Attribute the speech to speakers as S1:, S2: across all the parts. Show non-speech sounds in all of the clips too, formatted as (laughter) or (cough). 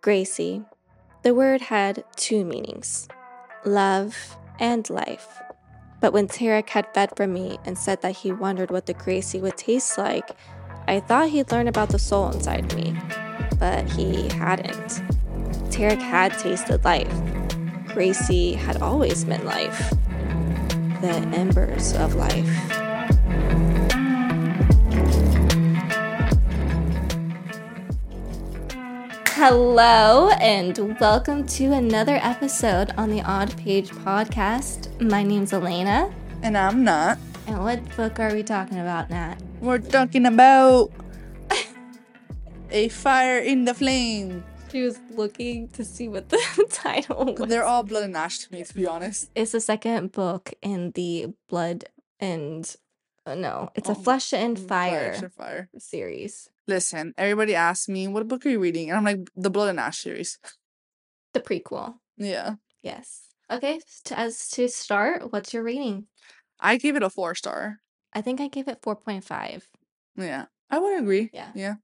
S1: Gracie, the word had two meanings love and life. But when Tarek had fed from me and said that he wondered what the Gracie would taste like, I thought he'd learn about the soul inside me. But he hadn't. Tarek had tasted life. Gracie had always meant life. The embers of life. Hello, and welcome to another episode on the Odd Page podcast. My name's Elena.
S2: And I'm not.
S1: And what book are we talking about, Nat?
S2: We're talking about a fire in the flame.
S1: She was looking to see what the (laughs) title was.
S2: They're all blood and ash to me, to be honest.
S1: it's the second book in the Blood and. uh, no, it's a
S2: Oh,
S1: Flesh and Fire
S2: Flesh and fire.
S1: series.
S2: Listen, everybody asks me, what book are you reading? And I'm like, the blood and ash series.
S1: The prequel.
S2: Yeah.
S1: Yes. Okay, t- as to start, what's your rating?
S2: I gave it a four star.
S1: I think I gave it 4.5.
S2: Yeah. I would agree.
S1: Yeah.
S2: Yeah.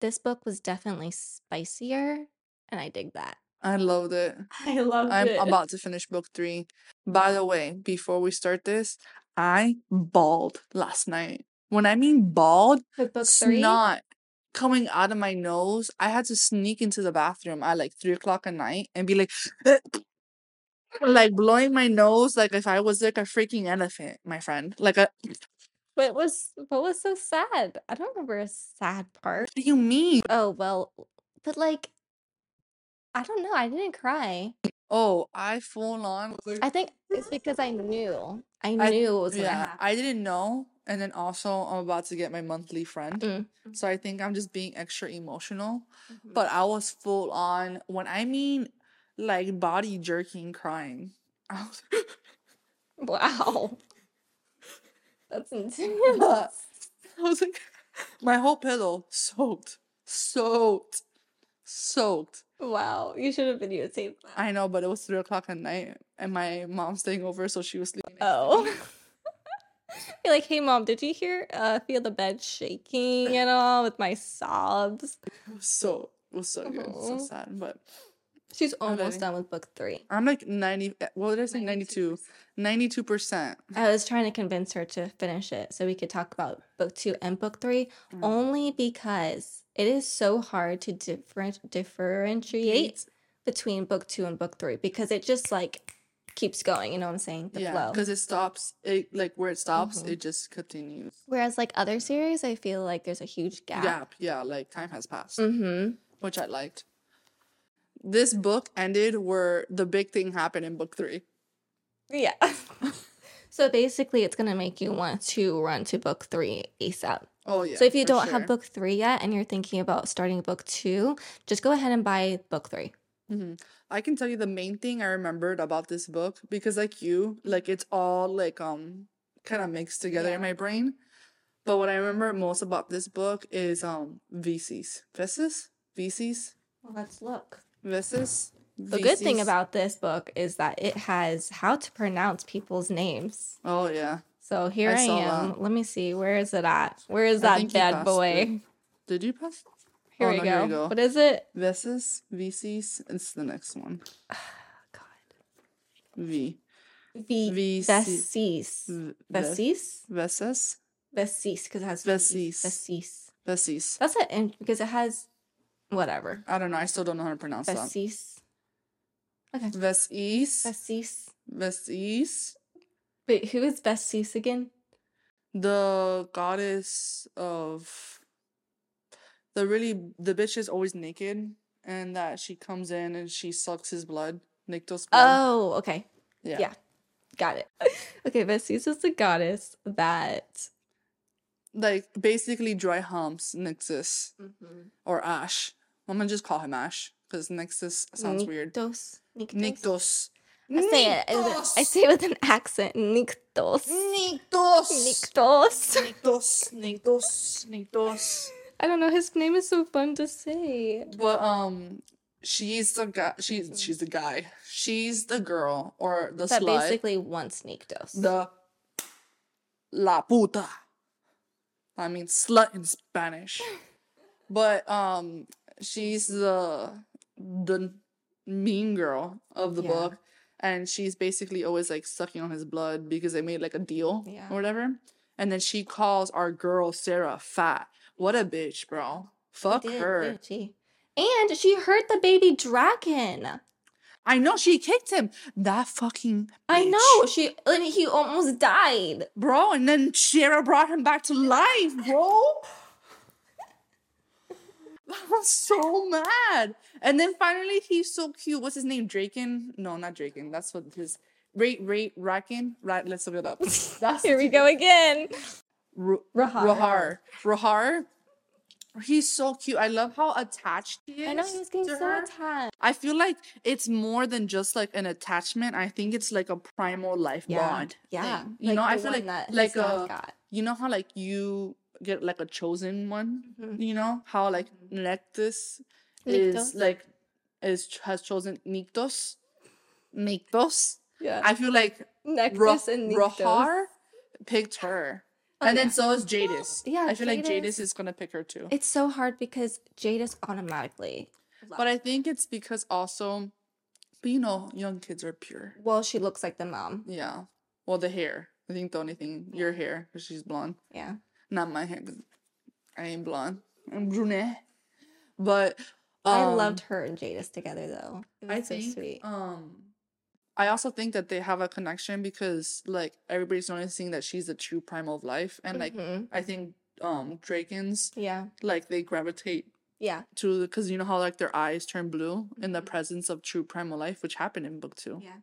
S1: This book was definitely spicier, and I dig that.
S2: I loved it.
S1: I love
S2: I'm about to finish book three. By the way, before we start this, I bawled last night. When I mean bawled,
S1: With book three.
S2: snot coming out of my nose. I had to sneak into the bathroom at like three o'clock at night and be like, (laughs) like blowing my nose, like if I was like a freaking elephant, my friend. Like, a,
S1: What was what was so sad? I don't remember a sad part.
S2: what do you mean?
S1: Oh well, but like, I don't know. I didn't cry.
S2: Oh, I full on. was like-
S1: I think it's because I knew. I knew it
S2: I-
S1: was gonna
S2: yeah,
S1: happen.
S2: I didn't know. And then also, I'm about to get my monthly friend.
S1: Mm.
S2: So I think I'm just being extra emotional. (laughs) But I was full on when I mean like body jerking crying. (laughs) I was
S1: wow, that's
S2: (laughs)
S1: intense.
S2: I was like, (laughs) my whole pillow soaked, soaked, soaked.
S1: wow, you should have videotaped that.
S2: I know, but it was three o'clock at night, and my mom's staying over, so she was sleeping.
S1: Oh.
S2: (laughs)
S1: (laughs) You're like, hey mom, did you hear uh feel the bed
S2: (laughs)
S1: shaking at all with my sobs?
S2: It was so it was so good, so
S1: Aw.
S2: sad. But
S1: She's
S2: I'm
S1: almost
S2: ready.
S1: done with book three.
S2: I'm like ninety. eh, What did I say? Ninety-two. Ninety-two percent.
S1: I was trying to convince her to finish it so we could talk about book two and book three,
S2: Mm.
S1: only because it is so hard to different differentiate between book two and book three because it just like keeps going. You know what I'm saying? The
S2: Yeah,
S1: flow.
S2: because it stops. It like where it stops,
S1: Mhm.
S2: it just continues.
S1: Whereas like other series, I feel like there's a huge gap.
S2: Gap. Yeah, like time has passed.
S1: Mm-hmm.
S2: which I liked. This book ended where the big thing happened in book three.
S1: Yeah. (laughs) so basically, it's going to make you want to run to book three ASAP.
S2: Oh yeah.
S1: so if you
S2: for
S1: don't
S2: sure.
S1: have book three yet and you're thinking about starting book two, just go ahead and buy book three.
S2: Mhm. I can tell you the main thing I remembered about this book because like you, like it's all like um kind of mixed together
S1: Yeah.
S2: in my brain. But what I remember most about this book is um VCs. Vesis? VCs?
S1: Well, let's look.
S2: Vesis?
S1: The good thing about this book is that it has how to pronounce people's names.
S2: Oh yeah.
S1: So here
S2: I
S1: I,
S2: saw
S1: am.
S2: that.
S1: Let me see. Where is it at? Where is
S2: I
S1: that
S2: think you
S1: bad
S2: passed
S1: boy?
S2: Did you pass?
S1: (laughs) Here,
S2: Oh,
S1: we go.
S2: no, here we go.
S1: What is it?
S2: Vesis? VCs? It's the next one.
S1: God.
S2: V.
S1: V-
S2: Vesis.
S1: Vesis.
S2: Mm, V- Ves-
S1: Vesis?
S2: Vesis?
S1: Vesis, because it has
S2: Vesis.
S1: Vesis.
S2: Vesis.
S1: That's it, and because it has whatever.
S2: I don't know. I still don't know how to pronounce that.
S1: Vesis. Okay.
S2: Vesis.
S1: Vesis.
S2: Vesis.
S1: Wait, who is Vesis again?
S2: The goddess of the really the bitch is always naked, and that she comes in and she sucks his blood, Nyctos blood.
S1: Oh, okay.
S2: yeah.
S1: yeah. Got it. (laughs) Okay, Vesis is the goddess that.
S2: Like basically dry humps Nixus or Ash. I'm gonna just call him Ash because Nixus sounds weird.
S1: Niktos. Niktos.
S2: Nyctos.
S1: I say it. I- I
S2: Nyctos.
S1: say it with an accent. Niktos.
S2: Nyctos.
S1: Niktos.
S2: Nyctos. Nyctos. Nyctos.
S1: I don't know. His name is so fun to say.
S2: But um, she's the guy. She's she's the guy. She's the girl or the
S1: Mm-hmm. That
S2: slut.
S1: basically wants Niktos.
S2: the la puta.
S1: (laughs)
S2: I mean slut in Spanish. but um, she's the the mean girl of the
S3: Yeah.
S2: book, and she's basically always like sucking on his blood because they made like a deal
S3: Yeah.
S2: or whatever. And then she calls our girl Sarah fat. What a bitch, bro. Fuck
S1: Did-
S2: her.
S1: did she? And she hurt the baby dragon.
S2: I know she kicked him. That fucking.
S1: I
S2: bitch.
S1: know she. And he almost died.
S2: bro. And then Sarah brought him back to life, bro. (laughs) I was so mad. And then finally, he's so cute. What's his name? Draken? No, not Draken. That's what his. Rate, rate, Raken. Right, let's look it up. That's
S1: Here we go again.
S2: Ru- Rahar.
S1: Rahar.
S2: Rahar. He's so cute. I love how attached he is.
S1: I know he was getting
S2: to
S1: so
S2: her.
S1: attached.
S2: I feel like it's more than just like an attachment. I think it's like a primal life
S3: Yeah.
S2: bond.
S3: Yeah.
S2: thing. You know,
S1: the
S2: I feel
S1: one
S2: like
S1: that his
S2: like
S1: dog
S2: a
S1: got.
S2: you know how like you get like a chosen one.
S1: Mhm.
S2: You know how like
S1: Mm-hmm.
S2: Nectus
S1: Nyctos.
S2: is like is has chosen Nictos. Nictos.
S1: Yeah.
S2: I feel like
S1: Necklace
S2: Ro-
S1: and Nyctos.
S2: Rahar picked her,
S1: Oh,
S2: and
S1: yeah.
S2: then so is Jadis.
S1: Oh, Yeah,
S2: I feel like
S1: Jadis-
S2: Jadis is gonna pick her too.
S1: It's so hard because Jada's automatically.
S2: But I think it's because also, but you know, young kids are pure.
S1: Well, she looks like the mom.
S2: Yeah. Well, the hair. I think the only thing your hair, because she's blonde.
S1: Yeah.
S2: Not my hair, 'cause I ain't blonde. I'm brunette. But
S1: I
S2: um,
S1: loved her and Jada's together though. It was
S2: I
S1: so
S2: think
S1: sweet.
S2: um, I also think that they have a connection because like everybody's noticing that she's the true primal of life, and like
S1: Mhm.
S2: I think um Drakens
S1: yeah,
S2: like they gravitate
S1: yeah,
S2: to because you know how like their eyes turn blue in the presence of true primal life, which happened in book two.
S1: Mm-hmm. Yeah.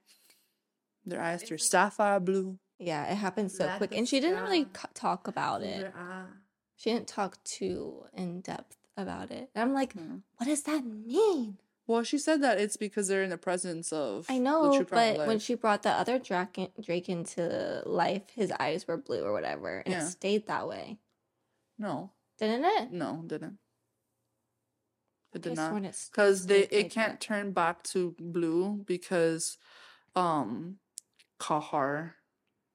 S2: Their eyes
S1: It's
S2: are
S1: like-
S2: sapphire blue.
S1: yeah. It happened so
S2: Let
S1: quick,
S2: us
S1: and she didn't really
S2: down.
S1: c- talk about it.
S2: Their eye.
S1: She didn't talk too in depth about it. And I'm like,
S2: Yeah.
S1: what does that mean?
S2: Well, she said that it's because they're in the presence of
S1: I
S2: the
S1: know,
S2: true primal
S1: but when
S2: life.
S1: she brought the other draken Draken to life, his eyes were blue or whatever, and
S2: Yeah.
S1: it stayed that way,
S2: no,
S1: didn't it?
S2: no, didn't. It
S1: I
S2: did
S1: sworn
S2: not
S1: it stayed
S2: because they it
S1: like
S2: can't
S1: that.
S2: turn back to blue because, um, Kahar,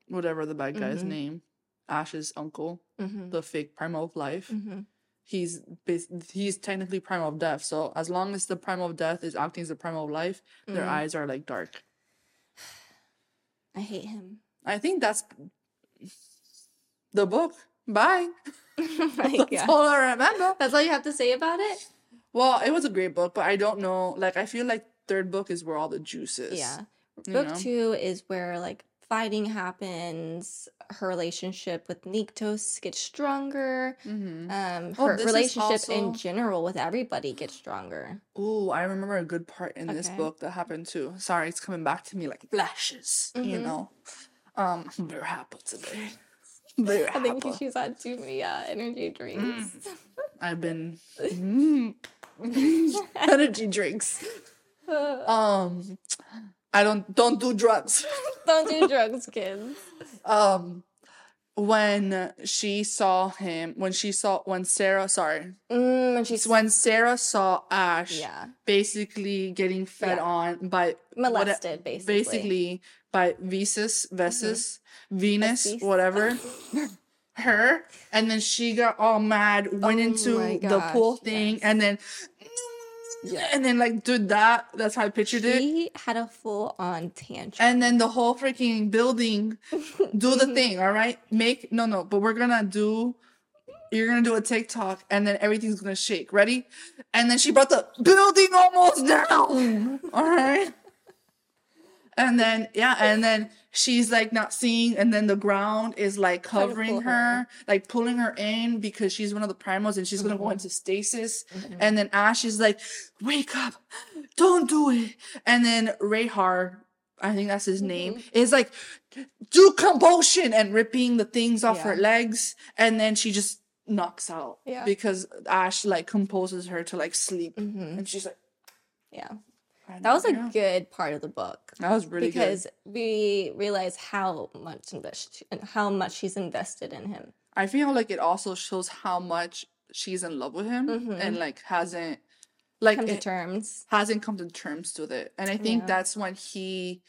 S2: whatever the bad guy's
S1: Mhm.
S2: name, Ash's uncle,
S1: Mhm,
S2: the fake primal of life.
S1: mhm.
S2: He's bas- he's technically primal of death. So as long as the primal of death is acting as the primal of life, their
S1: Mhm.
S2: eyes are like dark.
S1: I hate him. (laughs)
S2: I think that's the book. Bye.
S1: Like,
S2: (laughs) (laughs) That's
S1: yeah.
S2: all I remember.
S1: That's all you have to say about it?
S2: Well, it was a great book, but I don't know. Like, I feel like third book is where all the juice is.
S1: Yeah.
S2: you
S1: Book
S2: know?
S1: two is where like fighting happens, her relationship with Niktos gets stronger,
S2: Mm-hmm.
S1: um,
S2: Oh,
S1: her
S2: this is
S1: relationship in
S2: also-
S1: general with everybody gets
S2: (laughs)
S1: stronger.
S2: Ooh, I remember a good part in this
S1: Okay.
S2: book that happened too. Sorry, it's coming back to me like flashes. You
S1: Mhm.
S2: know, um, they're happy
S1: (laughs)
S2: today. They're
S1: I think
S2: happy.
S1: she's on too many uh, energy drinks.
S2: Mm. I've been mm, (laughs) energy drinks. Um, I don't don't do drugs.
S1: (laughs) Don't do drugs,
S2: (laughs)
S1: kids.
S2: um when she saw him when she saw when sarah sorry
S1: Mm, and she's
S2: it's when sarah saw ash
S1: yeah
S2: basically getting fed
S1: Yeah.
S2: on by what-
S1: molested basically.
S2: basically by Vesus, Vesus,
S1: Mm-hmm.
S2: Venus,
S1: Vesus. (laughs)
S2: whatever, her, and then she got all mad, went
S1: Oh
S2: into
S1: my
S2: the
S1: gosh,
S2: pool thing, and then,
S1: Yeah.
S2: and then like did that. That's how I pictured it.
S1: She had a full on tantrum.
S2: And then the whole freaking
S1: (laughs)
S2: building, do the thing, all right? Make no, no, but we're gonna do. You're gonna do a TikTok, and then everything's gonna shake. Ready? And then she brought the building almost down. (laughs) All right. And then yeah, and then she's like not seeing, and then the ground is like
S1: to
S2: covering
S1: pull
S2: her,
S1: her.
S2: like pulling her in because she's one of the primals, and she's gonna
S1: Mm-hmm.
S2: go into stasis. And then Ash is like, "Wake up! Don't do it!" And then Rahar, I think that's his
S1: Mm-hmm.
S2: name, is like, "Do compulsion!" and ripping the things off her
S1: Yeah.
S2: legs, and then she just knocks out
S1: Yeah.
S2: because Ash like composes her to like sleep,
S1: Mhm,
S2: and she's like,
S1: Yeah.
S2: "I
S1: That was a
S2: know."
S1: good part of the book.
S2: that was really good.
S1: because we realize how much invest- how much she's invested in him.
S2: I feel like it also shows how much she's in love with him
S1: Mhm.
S2: and like hasn't like
S1: Come to
S2: it
S1: terms.
S2: hasn't come to terms with it. And I think
S1: Yeah.
S2: that's when he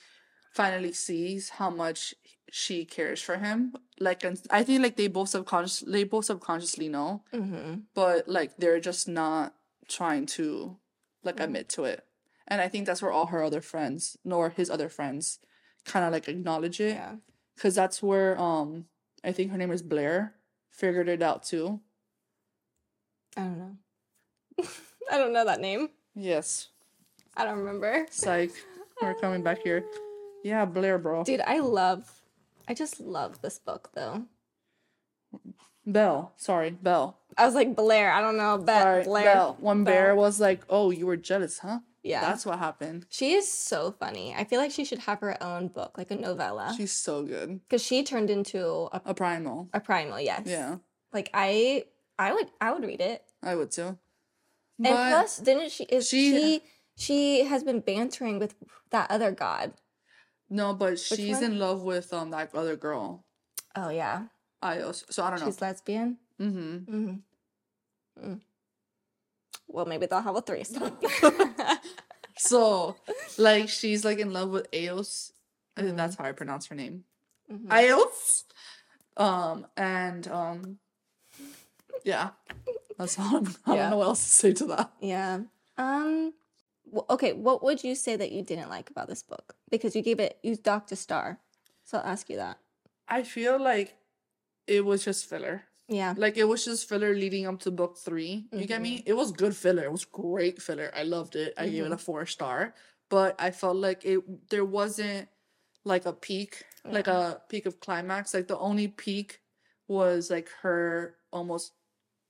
S2: finally sees how much she cares for him. Like and I think like they both subconscious they both subconsciously know,
S1: Mhm.
S2: but like they're just not trying to
S1: Mm.
S2: like admit to it. And I think that's where all her other friends, nor his other friends, kind of like acknowledge it.
S1: Yeah.
S2: Cause that's where um I think her name is Blair figured it out too.
S1: I don't know. (laughs) I don't know that name.
S2: Yes.
S1: I don't remember.
S2: Psych. We're coming back here. Yeah, Blair, bro.
S1: Dude, I love I just love this book though.
S2: Bell. Sorry, Bell.
S1: I was like Blair, I don't know, but
S2: Sorry,
S1: Blair.
S2: Bell. When Bear
S1: Bell.
S2: was like, "Oh, you were jealous, huh?"
S1: Yeah.
S2: That's what happened.
S1: She is so funny. I feel like she should have her own book, like a novella.
S2: She's so good.
S1: Because she turned into a,
S2: A primal.
S1: a primal, yes.
S2: Yeah,
S1: Like I I would I would read it.
S2: I would too.
S1: And plus, didn't she is
S2: she-
S1: she she, has been bantering with that other god.
S2: no, but she's
S1: one?
S2: in love with um that other girl.
S1: Oh yeah.
S2: Ios. So I don't know.
S1: She's lesbian. (laughs)
S2: mm-hmm.
S1: Mm. Mm. Well, maybe they'll have a threesome.
S2: So like she's like in love with Eos. I think
S1: Mhm.
S2: that's how I pronounce her name.
S1: Mhm.
S2: Eos. Um and um yeah. That's all (laughs) I'm, I
S1: Yeah.
S2: don't know what else to say to that.
S1: (laughs) yeah. Um. wh- okay. What would you say that you didn't like about this book? Because you gave it you docked a star, so I'll ask you that.
S2: I feel like it was just filler.
S1: Yeah.
S2: Like it was just filler leading up to book 3 You get
S1: Mm-hmm.
S2: me? It was good filler. It was great filler. I loved it. I gave it a four star. But I felt like it there wasn't like a peak, like
S1: Mm-hmm.
S2: a peak of climax. Like the only peak was like her almost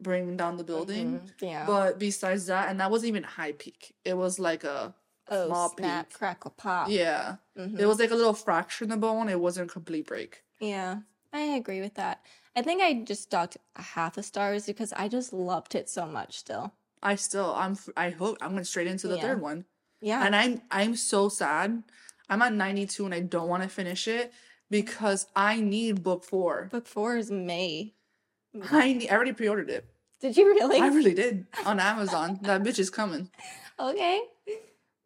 S2: bringing down the building.
S1: Mhm. Yeah.
S2: But besides that, and that wasn't even high peak. It was like a
S1: oh
S2: small
S1: snap!
S2: peak.
S1: Crackle pop.
S2: yeah. It
S1: Mhm.
S2: was like a little fracture in the bone. It wasn't a complete break.
S1: Yeah. I agree with that. I think I just docked a half a star is because I just loved it so much. Still.
S2: I still I'm f- I hope I'm going straight into the
S1: Yeah.
S2: third one.
S1: Yeah.
S2: and I'm I'm so sad. I'm at 92 and I don't want to finish it because I need book four.
S1: book four is May. Mm.
S2: I need, I already pre-ordered it.
S1: Did you really?
S2: I really did on Amazon. that bitch is coming.
S1: Okay.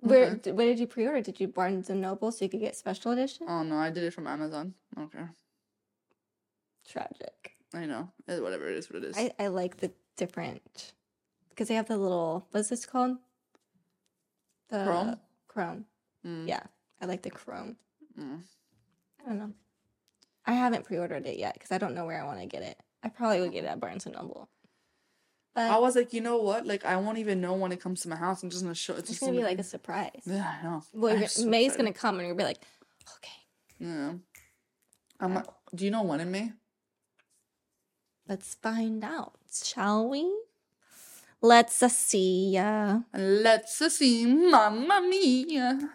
S1: Where d- where did you pre-order? Did you Barnes and Noble so you could get special edition?
S2: Oh no, I did it from Amazon. Okay,
S1: Tragic.
S2: I know. It- whatever it is, what it is.
S1: I, I like the different because they have the little what's this called? The
S2: Chrome?
S1: Chrome.
S2: Mm,
S1: Yeah, I like the chrome.
S2: mm.
S1: I don't know. I haven't pre-ordered it yet because I don't know where I want to get it. I probably would get it at Barnes and Noble. But
S2: I was like, you know what? Like, I won't even know when it comes to my house. I'm just gonna show.
S1: it's gonna be like a surprise.
S2: Yeah, I know.
S1: Well,
S2: I'm
S1: you're-
S2: so
S1: May's
S2: excited.
S1: gonna come and you'll be like, okay,
S2: Yeah. I'm. like, do you know when in May?
S1: Let's find out, shall we? Let's uh, see. Uh,
S2: Let's see, Mamma Mia.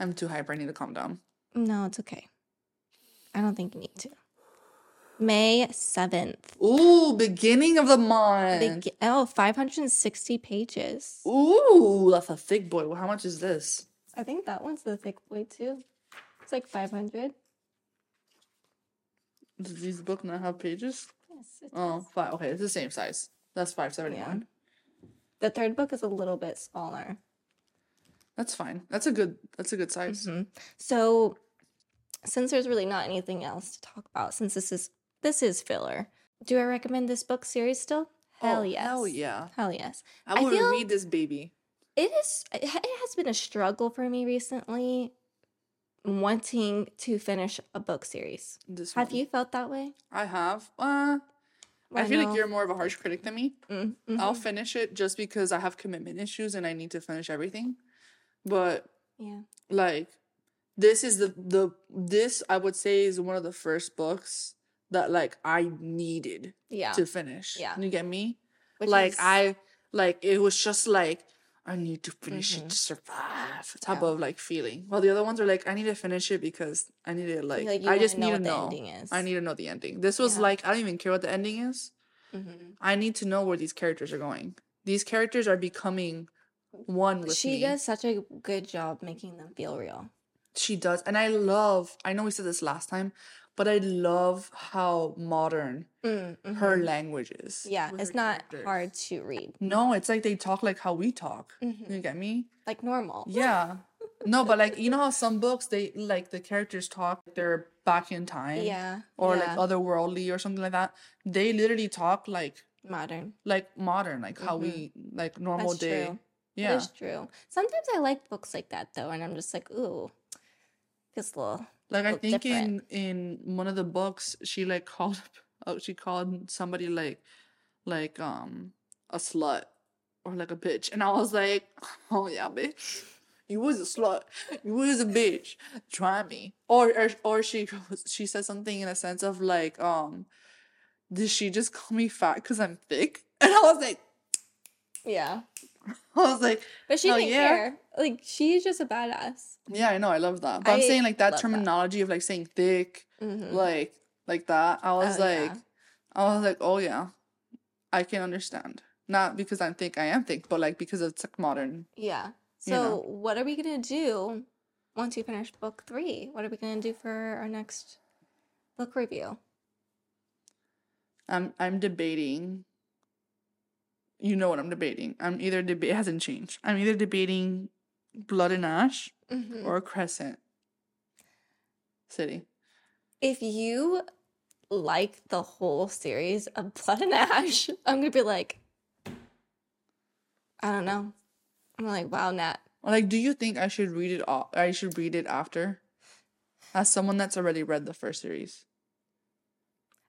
S2: I'm too hyper. I need to calm down.
S1: no, it's okay. I don't think you need to. May 7th.
S2: Ooh, beginning of the month.
S1: Big, oh, 560 pages.
S2: Ooh, that's a thick boy. Well, how much is this?
S1: I think that one's the thick boy, too. It's like 500.
S2: Does this book not have pages?
S1: Yes, it
S2: Oh, five. Okay, it's the same size. That's five seventy one.
S1: The third book is a little bit smaller.
S2: That's fine. That's a good. That's a good size.
S1: Mhm. So, since there's really not anything else to talk about, since this is this is filler, do I recommend this book series still? Hell
S2: Oh,
S1: yes.
S2: Hell yeah.
S1: Hell yes. I
S2: I will
S1: feel-
S2: read this baby.
S1: It is. It ha- it has been a struggle for me recently, wanting to finish a book series.
S2: This
S1: Have
S2: one.
S1: you felt that way?
S2: I have. Uh, Mm. I feel like you're more of a harsh critic than me.
S1: Mm, mhm.
S2: I'll finish it just because I have commitment issues and I need to finish everything. But
S1: yeah.
S2: like this is the the this I would say is one of the first books that like I needed
S1: Yeah.
S2: to finish.
S1: Yeah.
S2: You get me?
S1: Which
S2: like
S1: is-
S2: I like it was just like I need to finish
S1: Mhm.
S2: it to survive type
S1: Yeah.
S2: of like feeling. While the other ones are like I need to finish it because I need to like,
S1: like you
S2: I
S1: wanna
S2: just
S1: know
S2: need to
S1: what the
S2: know.
S1: ending is.
S2: I need to know the ending. This was
S1: Yeah.
S2: like I don't even care what the ending is.
S1: Mhm.
S2: I need to know where these characters are going. These characters are becoming one with
S1: She
S2: me.
S1: does such a good job making them feel real.
S2: She does. And I love, I know we said this last time, but I love how modern
S1: Mm,
S2: her
S1: mhm.
S2: language is.
S1: Yeah,
S2: with
S1: it's
S2: her
S1: not
S2: characters.
S1: hard to read.
S2: No, it's like they talk like how we talk.
S1: Mhm.
S2: You
S1: (laughs)
S2: get me?
S1: Like normal.
S2: Yeah. No, but like, you know how some books, they like the characters talk, they're back in time.
S1: Yeah.
S2: Or
S1: yeah,
S2: like otherworldly or something like that. They literally talk like
S1: modern.
S2: like modern, like how
S1: Mhm.
S2: we like normal
S1: That's
S2: day
S1: true.
S2: Yeah.
S1: It's true. Sometimes I like books like that though, and I'm just like, ooh, feels a little.
S2: Like I
S1: look
S2: think
S1: different.
S2: in in one of the books she like (laughs) called oh, she called somebody like like um a slut or like a bitch and I was like (laughs) oh yeah bitch you was a slut you was a bitch try me or or, or she goes she said something in a sense of like um did she just call me fat because I'm thick (laughs) and I was like
S1: Yeah,
S2: I was like
S1: but she
S2: Oh,
S1: didn't
S2: yeah.
S1: care. Like she's just a badass.
S2: yeah I know I love that but I am
S1: I
S2: saying like
S1: love
S2: that
S1: that.
S2: terminology of like saying thick
S1: Mhm.
S2: like like that i was
S1: Oh,
S2: like
S1: yeah.
S2: i was like oh yeah i can understand not because i'm thick i am thick but like because it's like modern
S1: Yeah.
S2: you know.
S1: So what are we gonna do once we finish book three? What are we gonna do for our next book review?
S2: i'm i'm debating you know what i'm debating i'm either deba- it hasn't changed i'm either debating blood and ash
S1: Mhm.
S2: or crescent city
S1: If you like the whole series of Blood and Ash, (laughs) I'm gonna be like, I don't know. I'm like, wow, Nat.
S2: like do you think i should read it all i should read it after as someone that's already read the first series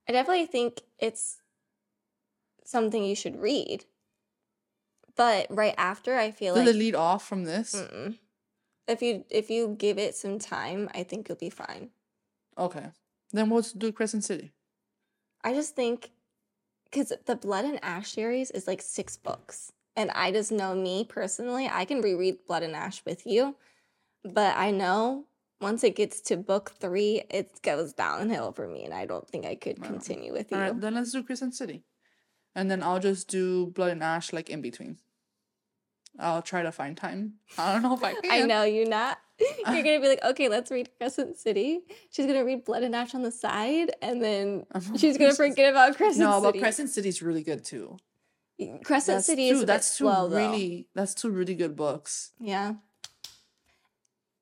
S1: I definitely think it's something you should read. But right after, I feel
S2: did
S1: like Mm.
S2: it lead off from this
S1: Mm-mm. if you if you give it some time, I think you'll be fine.
S2: okay then we'll do crescent city
S1: I just think because the Blood and Ash series is like six books, and I just know me personally, I can reread Blood and Ash with you, but I know once it gets to book three, it goes downhill for me, and I don't think I could
S2: Wow.
S1: continue with you.
S2: All (laughs) right, then let's do Crescent City. And then I'll just do Blood and Ash like in between. I'll try to find time. I don't know if I can.
S1: (laughs) I know you not. (laughs) You're gonna be like,
S2: (laughs)
S1: okay, let's read Crescent City. She's gonna read Blood and Ash on the side, and then
S2: I'm-
S1: she's gonna forget about Crescent
S2: Uh-huh. No, but
S1: City.
S2: Crescent City's really good too.
S1: Crescent
S2: That's
S1: City
S2: two,
S1: is a
S2: that's
S1: that's
S2: two
S1: bit slow, though.
S2: really that's two really good books.
S1: Yeah.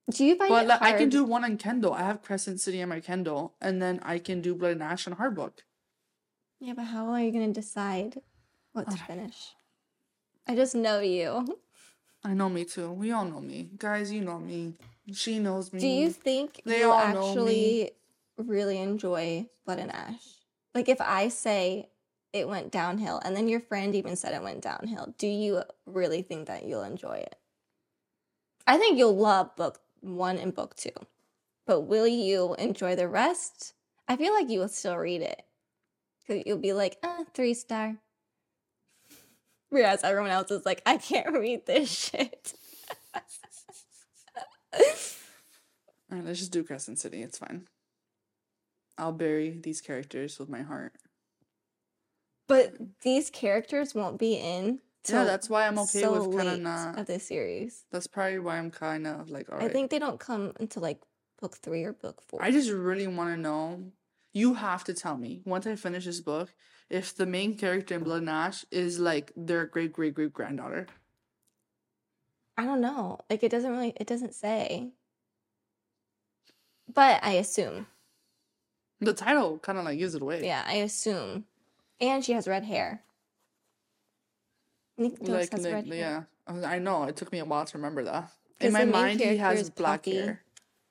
S1: Do you find
S2: But
S1: it
S2: like, I can
S1: hard-
S2: do one on Kendall. I have Crescent City on my Kendall, and then I can do Blood and Ash on Hard Book.
S1: Yeah, but how are you gonna decide what to
S2: I don't
S1: finish? I just know you. (laughs)
S2: I know me too. We all know me. Guys, you know me. She knows me.
S1: Do you think
S2: Mm. They
S1: you
S2: all know
S1: actually really enjoy Blood and Ash? Like if I say it went downhill and then your friend even said it went downhill, do you really think that you'll enjoy it? I think you'll love book one and book two. But will you enjoy the rest? I feel like you will still read it. 'Cause You'll be like, uh, three star. (laughs) Whereas everyone else is like, I can't read this (laughs) shit.
S2: All right, let's just do Crescent City. It's fine. I'll bury these characters with my heart.
S1: But these characters won't be in.
S2: yeah,
S1: till
S2: that's why I'm okay
S1: so
S2: with kind of
S1: late
S2: not.
S1: of the series.
S2: That's probably why I'm kind of like, all right.
S1: I think they don't come until like book three or book four.
S2: I just really want to know. You have to tell me once I finish this book if the main character in Blood and Ash is like their great great great granddaughter.
S1: I don't know. Like it doesn't really. It doesn't say. But I assume.
S2: The title kind of like gives it away.
S1: Yeah, I assume. And she has red hair. Nick Dose
S2: Like,
S1: has
S2: like
S1: red hair.
S2: yeah. I was- I know. It took me a while to remember that.
S1: 'Cause
S2: In my
S1: the main
S2: mind, he
S1: character
S2: has
S1: is
S2: black
S1: Poppy.
S2: hair.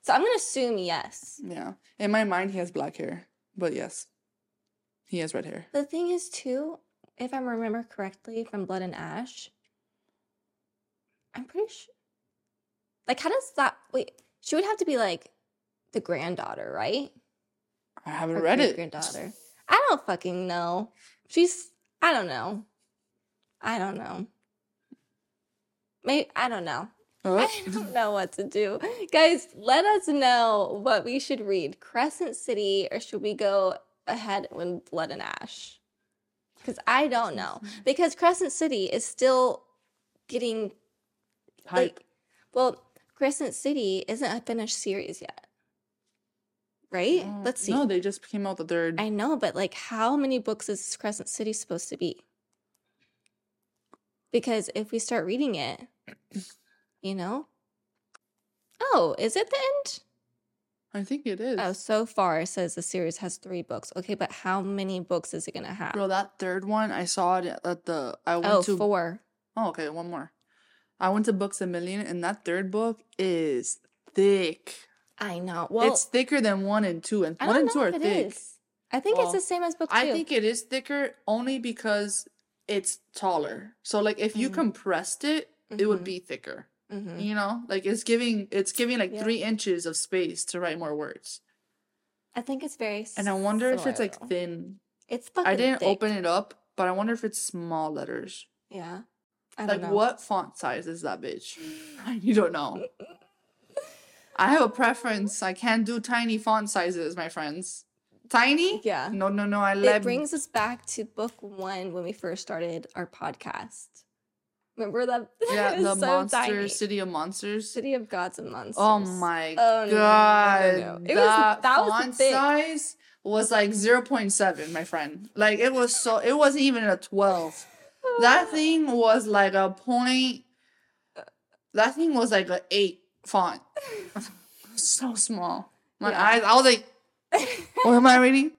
S1: So I'm gonna assume yes.
S2: Yeah. In my mind, he has black hair. But yes, he has red hair.
S1: The thing is, too, if I remember correctly from Blood and Ash, I'm pretty sure. Like, how does that? Wait, she would have to be like the granddaughter, right?
S2: I haven't
S1: Or
S2: read it.
S1: Granddaughter. I don't fucking know. She's. I don't know. I don't know. Maybe I don't know.
S2: Oh, (laughs)
S1: I don't know what to do. Guys, let us know what we should read Crescent City, or should we go ahead with Blood and Ash? Because I don't know. Because Crescent City is still getting
S2: hype.
S1: like, well, Crescent City isn't a finished series yet. Right?
S2: Uh,
S1: Let's see.
S2: No, they just came out the third.
S1: I know, but like, how many books is Crescent City supposed to be? Because if we start reading it, you know. Oh, is it the end?
S2: I think it is.
S1: Oh, so far it says the series has three books. Okay, but how many books is it gonna have?
S2: Bro, that third one, I saw it at the. I went
S1: Oh,
S2: to.
S1: four.
S2: Oh, okay, one more. I went to Books a Million, and that third book is thick.
S1: I know. Well,
S2: it's thicker than one and two, and
S1: I
S2: one
S1: don't
S2: and two
S1: know
S2: are
S1: if it is.
S2: thick.
S1: I think
S2: Well,
S1: it's the same as book two.
S2: I think it is thicker only because it's taller. So like if you
S1: Mm.
S2: compressed it, it would
S1: Mhm.
S2: be thicker.
S1: Mhm.
S2: You know, like it's giving it's giving like
S1: Yeah.
S2: three inches of space to write more words.
S1: I think it's very.
S2: And I wonder if it's like
S1: similar, though.
S2: thin.
S1: it's fucking.
S2: I didn't
S1: thick.
S2: open it up, but I wonder if it's small letters.
S1: Yeah. I
S2: like
S1: don't know.
S2: what font size is that bitch? (laughs) You don't know. I have a preference. I can't do tiny font sizes, my friends. Tiny?
S1: Yeah.
S2: No, no, no. I
S1: It
S2: love
S1: brings us back to book one when we first started our podcast. Remember that? (laughs)
S2: yeah,
S1: it was
S2: the
S1: so
S2: monster
S1: tiny.
S2: city of monsters.
S1: City of Gods and Monsters.
S2: Oh my
S1: Oh, no, no, no,
S2: god!
S1: no. It was-
S2: It was
S1: that
S2: that
S1: was
S2: font
S1: thick.
S2: size was like zero point seven, my friend. Like it was so it wasn't even a twelve. That
S1: (laughs)
S2: thing was like a point. That thing was like a eight
S1: (laughs)
S2: font. so small. My
S1: Yeah.
S2: eyes. I
S1: (laughs)
S2: was like, what am I reading?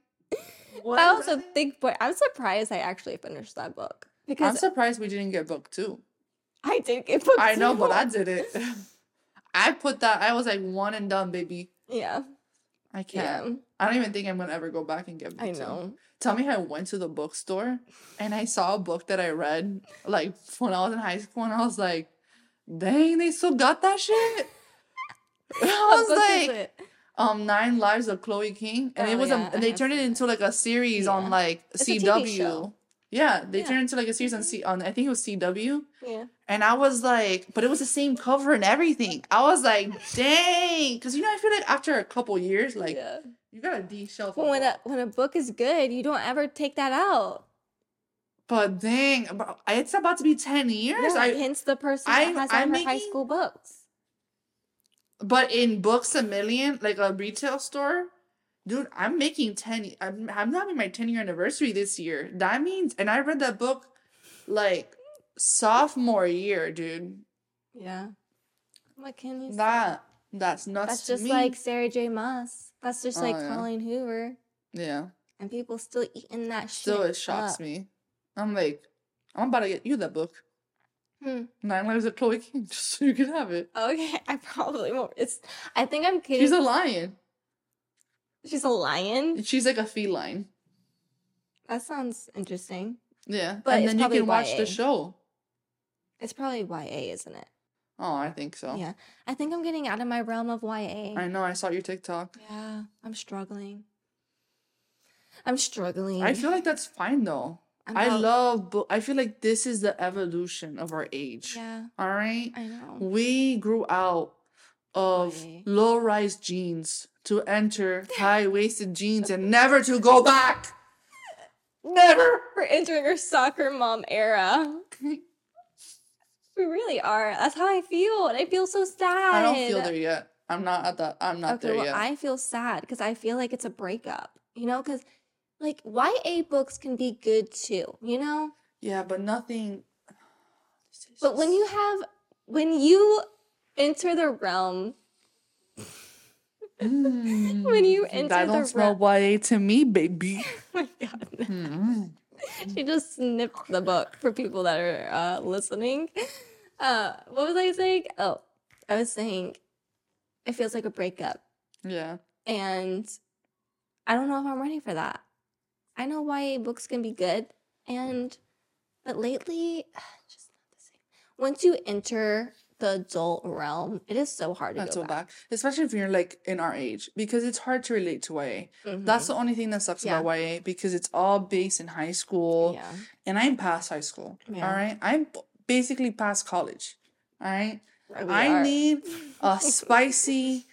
S2: What
S1: That
S2: is
S1: was a thick boy. I'm surprised I actually finished that book
S2: I'm
S1: because
S2: surprised we didn't get book two.
S1: I did get book.
S2: I know,
S1: (laughs)
S2: but
S1: two.
S2: I did it. (laughs) I put that. I was like one and done, baby.
S1: yeah,
S2: I can't.
S1: yeah,
S2: I don't even think I'm gonna ever go back and get book
S1: I
S2: two.
S1: know.
S2: Tell me how I went to the bookstore and I saw a book that I read like when I was in high school and I was like, dang, they still got
S1: (laughs)
S2: that shit.
S1: What
S2: I was
S1: book is
S2: like,
S1: it?
S2: um, Nine Lives of Chloe King, and
S1: Oh,
S2: it was
S1: yeah,
S2: a
S1: I
S2: they
S1: have
S2: turned it
S1: seen
S2: into like a series
S1: Yeah.
S2: on like
S1: It's a TV
S2: CW.
S1: show.
S2: Yeah, they
S1: Yeah. Mm-hmm.
S2: turned it into like a series on C on I think it was CW.
S1: Yeah,
S2: And I was like, but it was the same cover and everything. I was like, dang, because you know, I feel like after a couple years, like
S1: yeah.
S2: you gotta de-shelf. a
S1: But when
S2: book.
S1: a when a book is good, you don't ever take that out.
S2: But dang, bro, it's about to be ten years.
S1: Yeah,
S2: I
S1: hence the person
S2: I'm-
S1: that has
S2: I'm
S1: all her high
S2: making-
S1: school books.
S2: but in books a million, like a retail store, dude. I'm making ten. I'm I'm having my ten year anniversary this year. That means, and I read that book, like sophomore year, dude.
S1: Yeah. What can you say?
S2: That that's nuts.
S1: That's
S2: to
S1: just
S2: me.
S1: like Sarah J. Moss. That's just like
S2: Oh, yeah.
S1: Colleen Hoover.
S2: yeah.
S1: And people still eating that shit.
S2: Still, it shocks
S1: up.
S2: me. I'm like, I'm about to get you that book.
S1: Hmm.
S2: Nine Lives of Chloe King, (laughs) just so you can have it.
S1: Okay, (laughs) I probably won't. It's. I think I'm kidding.
S2: She's a lion.
S1: She's a lion.
S2: She's like a feline.
S1: That sounds interesting.
S2: Yeah,
S1: But
S2: and
S1: it's
S2: then you
S1: probably
S2: can watch
S1: YA.
S2: the show.
S1: It's probably YA, isn't it?
S2: Oh, I think so.
S1: Yeah. I think I'm getting out of my realm of YA.
S2: I know. I saw your TikTok.
S1: yeah, I'm struggling. I'm struggling.
S2: I feel like that's fine though.
S1: (laughs) I'm
S2: I
S1: out-
S2: love. Bo- I feel like this is the evolution of our age.
S1: Yeah,
S2: All right.
S1: I know.
S2: We grew out of
S1: Right.
S2: low-rise jeans to
S1: (laughs)
S2: enter high-waisted jeans and never to go back. Never.
S1: We're entering our soccer mom era. We really are. That's how I feel, and I feel so sad.
S2: (laughs) I don't feel there yet. I'm not at that. I'm not
S1: okay,
S2: there
S1: well,
S2: yet.
S1: I feel sad because I feel like it's a breakup. You know, because like YA books can be good too. You know,
S2: yeah, but nothing.
S1: But when
S2: (sighs)
S1: you (laughs) have when you enter the realm, (laughs)
S2: Mm,
S1: when you enter
S2: that
S1: the
S2: don't smell YA to
S1: (laughs)
S2: me, baby.
S1: oh my god, (laughs)
S2: Mm.
S1: she just snipped the book for people that are uh, listening. Uh, what was I saying? Oh, I was saying it feels like a breakup,
S2: Yeah.
S1: and I don't know if I'm ready for that. I know YA books can be good, and but lately, (sighs) just not the same. Once you enter the adult realm, it is so hard to
S2: That's
S1: go
S2: so back. Especially if you're like in our age, because it's hard to relate to YA.
S1: Mm-hmm.
S2: That's the only thing that sucks about YA because it's all based in high school.
S1: Mhm. yeah.
S2: And I'm past high school.
S1: Yeah.
S2: All right. I'm b- basically past college. All right.
S1: We
S2: I
S1: are.
S2: need a
S1: (laughs)
S2: spicy,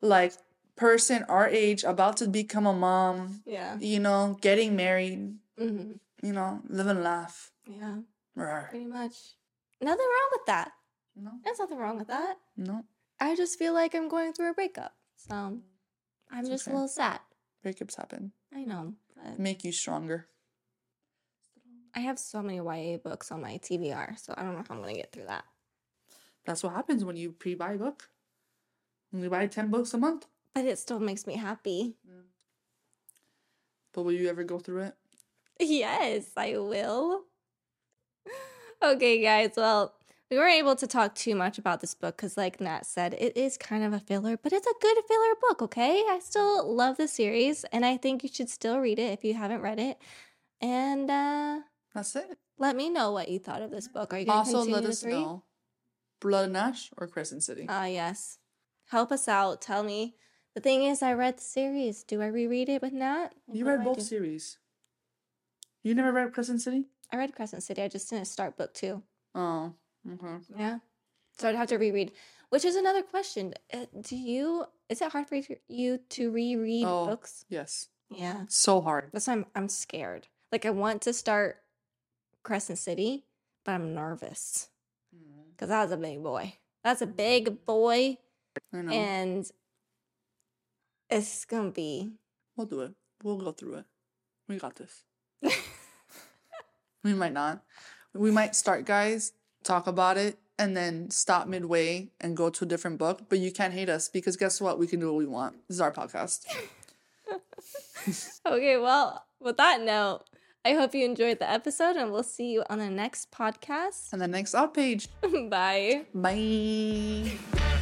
S2: like, person our age about to become a mom,
S1: Yeah.
S2: you know, getting married,
S1: hmm
S2: you know, live and laugh.
S1: Yeah,
S2: Rawr.
S1: pretty much. Nothing wrong with that.
S2: No,
S1: There's nothing wrong with that.
S2: no.
S1: I just feel like I'm going through a breakup. So I'm just
S2: okay.
S1: a little sad.
S2: Breakups happen,
S1: I know. But
S2: make you stronger.
S1: I have so many YA books on my TBR, so I don't know how I'm going to get through that.
S2: That's what happens when you pre buy a book. When you buy 10 books a month.
S1: But it still makes me happy.
S2: But will you ever go through it?
S1: Yes, I will. Okay, guys. Well, we weren't able to talk too much about this book because, like Nat said, it is kind of a filler, but it's a good filler book, okay? I still love the series and I think you should still read it if you haven't read it. And uh,
S2: That's it.
S1: let me know what you thought of this book. Are you going to
S2: Also,
S1: continue
S2: let
S1: to
S2: us
S1: read?
S2: know Blood and Ash or Crescent City.
S1: Ah, yes. Help us out. Tell me. The thing is, I read the series. Do I reread it with Nat? Like,
S2: you
S1: what do
S2: read
S1: I
S2: both
S1: do?
S2: series. You never read Crescent City?
S1: I read Crescent City. I just didn't start book two.
S2: Oh, okay.
S1: Yeah. So I'd have to reread, which is another question. Uh, Do you, is it hard for you- you to reread
S2: Oh.
S1: books?
S2: Yes.
S1: Yeah.
S2: So hard.
S1: That's why I'm, I'm scared. Like, I want to start Crescent City, but I'm nervous
S2: Mm,
S1: because that's a big boy. That's a big boy.
S2: I know.
S1: And it's going to be
S2: we'll do it. We'll go through it. We got this. we might not. We might start, guys, talk about it, and then stop midway and go to a different book. But you can't hate us because guess what? We can do what we want. This is our podcast.
S1: Okay, well, with that note, I hope you enjoyed the episode and we'll see you on the next podcast. (laughs)
S2: and the next out page.
S1: Bye.
S2: Bye.